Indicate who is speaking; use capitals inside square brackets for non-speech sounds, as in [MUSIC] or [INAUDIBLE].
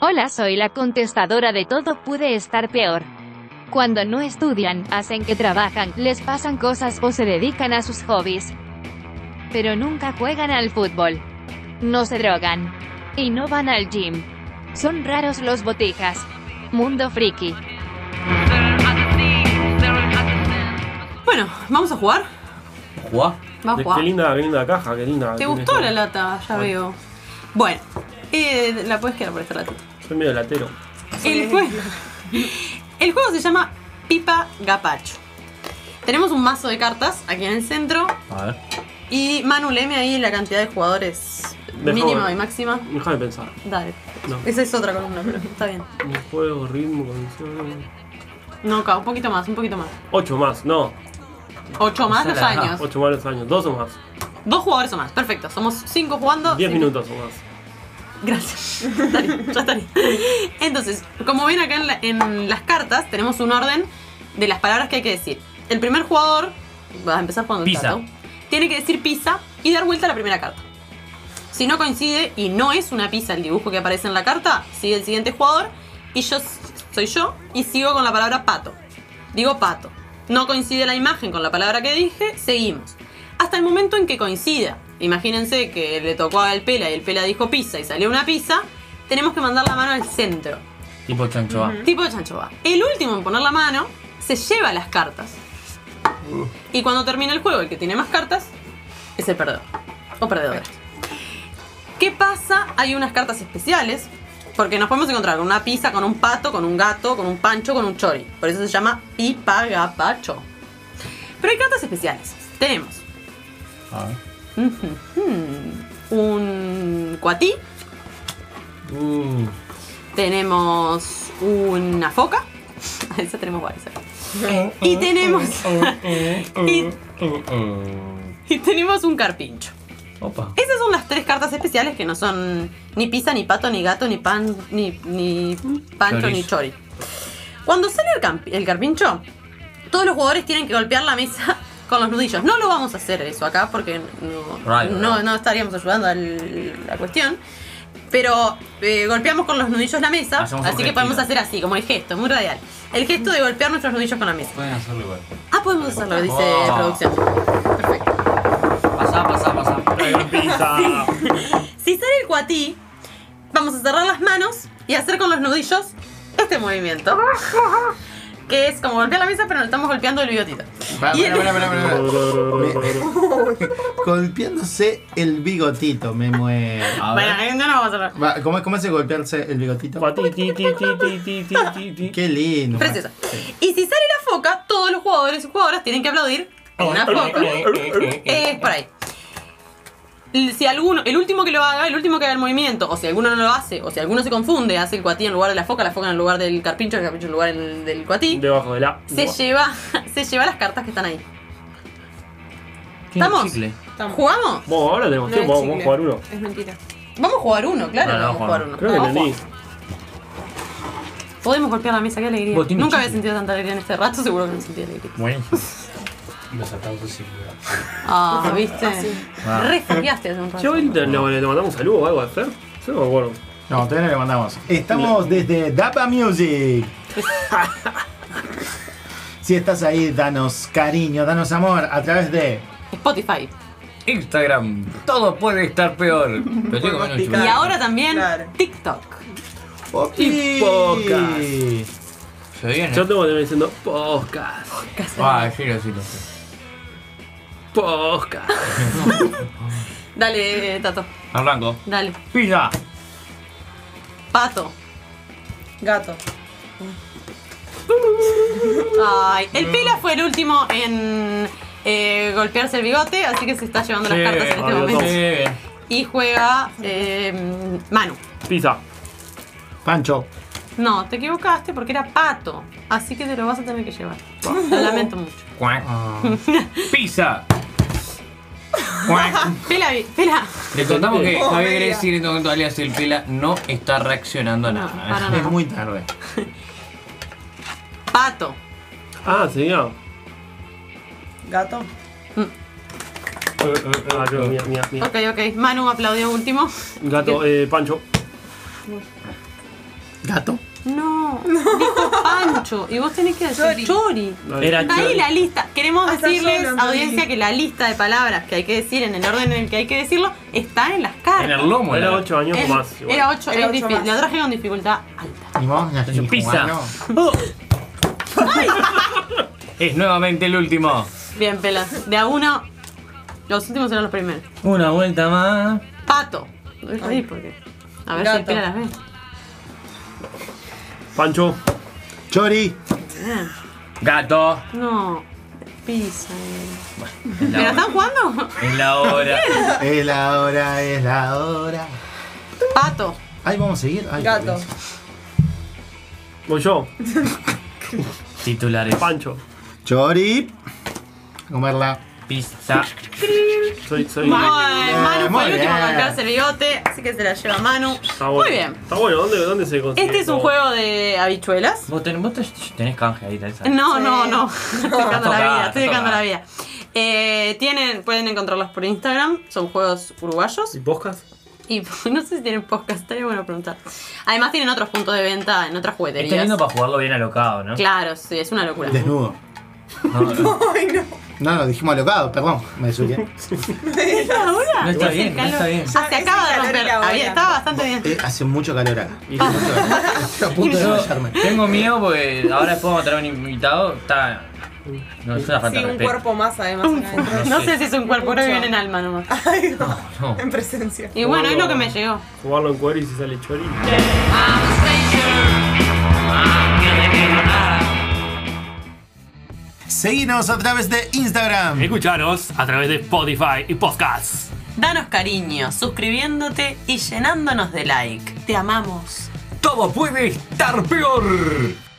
Speaker 1: Hola, soy la contestadora de todo puede estar peor. Cuando no estudian, hacen que trabajan, les pasan cosas o se dedican a sus hobbies. Pero nunca juegan al fútbol. No se drogan. Y no van al gym. Son raros los botijas. Mundo friki.
Speaker 2: Bueno, vamos a jugar.
Speaker 3: Jugá.
Speaker 2: Va a
Speaker 3: Qué-
Speaker 2: jugar.
Speaker 3: Qué linda, qué linda caja, qué linda.
Speaker 2: Ah, ¿Te
Speaker 3: tiene
Speaker 2: gustó
Speaker 3: esto.
Speaker 2: la lata? Ya
Speaker 3: Bueno.
Speaker 2: veo. Bueno, eh, la puedes quedar por esta ratita.
Speaker 3: Soy medio latero.
Speaker 2: El juego, [LAUGHS] el juego se llama Pipa Gapacho. Tenemos un mazo de cartas aquí en el centro.
Speaker 4: A ver.
Speaker 2: Y Manu, leme ahí la cantidad de jugadores
Speaker 3: De
Speaker 2: mínima
Speaker 3: favor.
Speaker 2: y máxima.
Speaker 3: Déjame pensar.
Speaker 2: Dale.
Speaker 3: No.
Speaker 2: Esa es otra columna, pero está bien.
Speaker 3: Un juego, ritmo, condición.
Speaker 2: No, Cau, un poquito más, un poquito más.
Speaker 3: Ocho más, no.
Speaker 2: Ocho más los
Speaker 4: la-
Speaker 2: años.
Speaker 3: Ocho más los años. Dos o más.
Speaker 2: Dos jugadores o más, perfecto. Somos cinco jugando.
Speaker 3: Diez
Speaker 2: cinco-
Speaker 3: minutos o más.
Speaker 2: Gracias. Está bien, ya está bien. Entonces, como ven acá en, la- en las cartas, tenemos un orden de las palabras que hay que decir. El primer jugador, va a empezar cuando
Speaker 4: Pizza.
Speaker 2: tiene que decir pizza y dar vuelta a la primera carta. Si no coincide y no es una pizza el dibujo que aparece en la carta, sigue el siguiente jugador y yo s- soy yo y sigo con la palabra pato. Digo pato. No coincide la imagen con la palabra que dije, seguimos. Hasta el momento en que coincida. Imagínense que le tocó al Pela y el Pela dijo pizza y salió una pizza, tenemos que mandar la mano al centro.
Speaker 4: Tipo chanchoa.
Speaker 2: Tipo chanchoba. El último en poner la mano se lleva las cartas. Y cuando termina el juego, el que tiene más cartas es el perdedor. O perdedora. ¿Qué pasa? Hay unas cartas especiales. Porque nos podemos encontrar con una pizza, con un pato, con un gato, con un pancho, con un chori. Por eso se llama pipagapacho. Pero hay cartas especiales. Tenemos
Speaker 4: A ver.
Speaker 2: un cuatí,
Speaker 3: Mm.
Speaker 2: tenemos una foca. [LAUGHS] Esa tenemos varias. Y tenemos.
Speaker 3: mm,
Speaker 2: [LAUGHS] y, y tenemos un carpincho.
Speaker 4: Opa.
Speaker 2: Esas son las tres cartas especiales que no son ni pizza, ni pato, ni gato, ni pan, ni, ni pancho,
Speaker 4: Chorizo.
Speaker 2: ni chori. Cuando sale el, camp- el carpincho, todos los jugadores tienen que golpear la mesa [LAUGHS] con los nudillos. No lo vamos a hacer eso acá porque no,
Speaker 4: Right,
Speaker 2: no-
Speaker 4: right.
Speaker 2: no estaríamos ayudando a la cuestión. Pero eh, golpeamos con los nudillos la mesa,
Speaker 4: Hacemos un
Speaker 2: así que podemos
Speaker 4: gestito.
Speaker 2: hacer así, como el gesto, muy radial. El gesto de golpear nuestros nudillos con la mesa.
Speaker 4: Pueden hacerlo igual.
Speaker 2: Ah, podemos hacerlo, dice
Speaker 4: Oh.
Speaker 2: producción. Perfecto.
Speaker 4: Pasá, pasá, pasá.
Speaker 3: Traigan pizza.
Speaker 2: [LAUGHS] Si sale el cuatí, vamos a cerrar las manos y hacer con los nudillos este movimiento. Que es como golpear la mesa, pero no estamos golpeando el bigotito.
Speaker 5: Pará,
Speaker 2: Y el-
Speaker 5: pará, pará, pará, pará. [LAUGHS] Golpeándose el bigotito, me muero.
Speaker 2: [LAUGHS]
Speaker 4: A
Speaker 2: Bueno,
Speaker 4: ver.
Speaker 2: no nos vamos a cerrar.
Speaker 5: Va, ¿Cómo, cómo hace golpearse el bigotito?
Speaker 3: Pati, ti, ti, ti, ti, ti, ti, ti, ti.
Speaker 5: Qué lindo.
Speaker 2: Preciosa. Y si sale la foca, todos los jugadores y jugadoras tienen que aplaudir a una foca. Es por ahí. L- Si alguno, el último que lo haga, el último que haga el movimiento, o si alguno no lo hace, o si alguno se confunde, hace el cuatí en lugar de la foca, la foca en lugar del carpincho, el carpincho en lugar del, del cuatí,
Speaker 3: Debajo de la.
Speaker 2: se lleva, [LAUGHS] se lleva las cartas que están ahí.
Speaker 4: Tiene
Speaker 2: ¿Estamos?
Speaker 4: chicle.
Speaker 6: Estamos.
Speaker 2: ¿Jugamos?
Speaker 3: Bueno, ahora tenemos
Speaker 6: No es
Speaker 3: tiempo, vamos a
Speaker 6: chicle.
Speaker 3: jugar uno.
Speaker 6: Es mentira.
Speaker 2: Vamos a jugar uno, claro.
Speaker 4: No, no,
Speaker 2: vamos a jugar
Speaker 4: Juan.
Speaker 2: uno.
Speaker 3: Creo que
Speaker 2: Vamos a
Speaker 3: entendí.
Speaker 2: jugar. Podemos golpear la mesa, qué alegría.
Speaker 4: Vos, tiene
Speaker 2: Nunca había
Speaker 4: chicle.
Speaker 2: sentido tanta alegría en este rato, seguro que no sentí alegría.
Speaker 4: Bueno.
Speaker 3: Los aplausos sin duda.
Speaker 2: Ah, viste.
Speaker 4: Ah.
Speaker 2: Refugiaste hace un rato.
Speaker 3: Yo le, le- le mandamos un saludo o algo a Fer. Yo no me acuerdo.
Speaker 5: No, todavía no le mandamos. Estamos desde Dapa Music. si estás ahí, danos cariño, danos amor a través de.
Speaker 2: Spotify.
Speaker 4: Instagram. Todo puede estar peor. Pero tengo menos
Speaker 2: Y
Speaker 4: chocolate.
Speaker 2: ahora también
Speaker 6: Claro.
Speaker 2: TikTok.
Speaker 5: Y
Speaker 3: podcast.
Speaker 4: Se viene.
Speaker 3: Yo tengo que estar diciendo podcast.
Speaker 4: Ah, giro, sí, lo sé.
Speaker 3: Podcast.
Speaker 2: Dale, Tato.
Speaker 4: Arranco.
Speaker 2: Dale.
Speaker 4: Pizza.
Speaker 2: Pato.
Speaker 6: Gato.
Speaker 2: Ay, el Pela fue el último en eh, golpearse el bigote, así que se está llevando las cartas en este
Speaker 3: adiós.
Speaker 2: momento.
Speaker 3: Sí.
Speaker 2: Y juega eh, Manu.
Speaker 3: Pizza.
Speaker 5: Pancho.
Speaker 2: No, te equivocaste porque era pato. Así que te lo vas a tener que llevar. Lo lamento mucho. [LAUGHS]
Speaker 4: Cuac. Pizza. Cuac.
Speaker 2: Pela, pela.
Speaker 4: Le contamos que
Speaker 6: Oh,
Speaker 4: Javier
Speaker 6: media.
Speaker 4: Greci en este momento alias el Pela no está reaccionando a
Speaker 2: No, para
Speaker 4: nada.
Speaker 2: nada.
Speaker 5: Es muy tarde.
Speaker 2: Pato.
Speaker 3: Ah, señor.
Speaker 6: Gato.
Speaker 3: Ah, creo que mía, mía, mía.
Speaker 2: Ok, ok. Manu aplaudió último.
Speaker 3: Gato, eh, Pancho.
Speaker 5: gato?
Speaker 2: No, dijo Pancho. Y vos tenés que decir Chori.
Speaker 6: Chori.
Speaker 7: Era
Speaker 2: Ahí
Speaker 7: Chori.
Speaker 2: la lista. Queremos
Speaker 6: Hasta
Speaker 2: decirles,
Speaker 6: yo lo entendí.
Speaker 2: audiencia, que la lista de palabras que hay que decir en el orden en el que hay que decirlo está en las cartas.
Speaker 4: En el lomo.
Speaker 3: Era
Speaker 4: la-
Speaker 3: 8 años o
Speaker 2: Es-
Speaker 3: más. igual.
Speaker 2: Era 8,
Speaker 6: Era ocho más.
Speaker 2: lo traje con dificultad alta.
Speaker 5: Ni vos, ni ni
Speaker 7: Pizza.
Speaker 5: cubano.
Speaker 4: Es nuevamente el último.
Speaker 2: Bien, pelas. De a uno, los últimos eran los primeros.
Speaker 7: Una vuelta más.
Speaker 2: Pato. No dejes ahí porque. A ver si
Speaker 6: Gato.
Speaker 2: Pila las ve.
Speaker 3: Pancho.
Speaker 5: Chori.
Speaker 4: Gato.
Speaker 2: No. Pisa. ¿Me
Speaker 4: Es
Speaker 2: la
Speaker 4: la hora.
Speaker 2: están jugando?
Speaker 4: Es la hora.
Speaker 5: Es la hora, es la hora.
Speaker 2: Pato.
Speaker 5: Ahí vamos a seguir. Ay,
Speaker 6: Gato.
Speaker 3: Voy yo.
Speaker 7: Titulares.
Speaker 3: Pancho.
Speaker 5: Chori. A comerla.
Speaker 7: Pizza.
Speaker 3: Soy, soy.
Speaker 2: Muy bien, Manu
Speaker 5: Muy
Speaker 2: fue el último en
Speaker 5: bien.
Speaker 2: arrancarse el bigote, así que se la lleva Manu.
Speaker 3: Está bueno.
Speaker 2: Muy bien.
Speaker 3: Está bueno. ¿Dónde, dónde se consigue?
Speaker 2: Este es un
Speaker 3: esto?
Speaker 2: juego de habichuelas.
Speaker 7: Vos tenés, vos tenés- tenés canje ahí, Elsa.
Speaker 2: No,
Speaker 6: Sí.
Speaker 2: no,
Speaker 7: [LAUGHS]
Speaker 2: no. Estoy dejando la
Speaker 4: Toca,
Speaker 2: vida, estoy
Speaker 4: toca.
Speaker 2: dejando la vida. Eh, tienen, pueden encontrarlos por Instagram, son juegos uruguayos.
Speaker 3: ¿Y podcast?
Speaker 2: Y [LAUGHS] no sé si tienen podcast, estaría bueno preguntar. Además tienen otros puntos de venta en
Speaker 7: Está
Speaker 2: otras jugueterías.
Speaker 7: lindo para jugarlo bien alocado, ¿no?
Speaker 2: Claro, sí, es una locura.
Speaker 5: Desnudo.
Speaker 7: No, no,
Speaker 6: Ay, no.
Speaker 5: No, no, dijimos alocado, perdón. Me [LAUGHS] Eh, desubí.
Speaker 2: Ahora,
Speaker 7: no está
Speaker 2: Ah, hace
Speaker 7: bien, no
Speaker 2: calor.
Speaker 7: está bien.
Speaker 2: Ah, se acaba
Speaker 6: Ese
Speaker 2: de
Speaker 6: calor
Speaker 2: romper.
Speaker 6: era
Speaker 2: Había-
Speaker 6: bueno.
Speaker 2: estaba bastante bien.
Speaker 5: Eh, hace mucho calor acá. Estoy [LAUGHS] a punto de
Speaker 4: Yo
Speaker 5: desmayarme.
Speaker 7: Tengo miedo porque ahora después vamos a traer un invitado. Está. No, es una falta
Speaker 6: Sí,
Speaker 7: de
Speaker 6: un
Speaker 7: respeto.
Speaker 6: cuerpo más además. adentro.
Speaker 2: No sé si es un cuerpo, creo que
Speaker 6: Mucho.
Speaker 2: viene en alma nomás.
Speaker 6: Ay, no.
Speaker 7: No.
Speaker 6: En presencia.
Speaker 2: Y bueno, es lo que me llegó.
Speaker 3: Jugarlo en cuero y si sale chori.
Speaker 5: Seguinos a través de Instagram.
Speaker 3: Escucharos a través de Spotify y podcast.
Speaker 2: Danos cariño, suscribiéndote y llenándonos de like. Te amamos.
Speaker 4: Todo puede estar peor.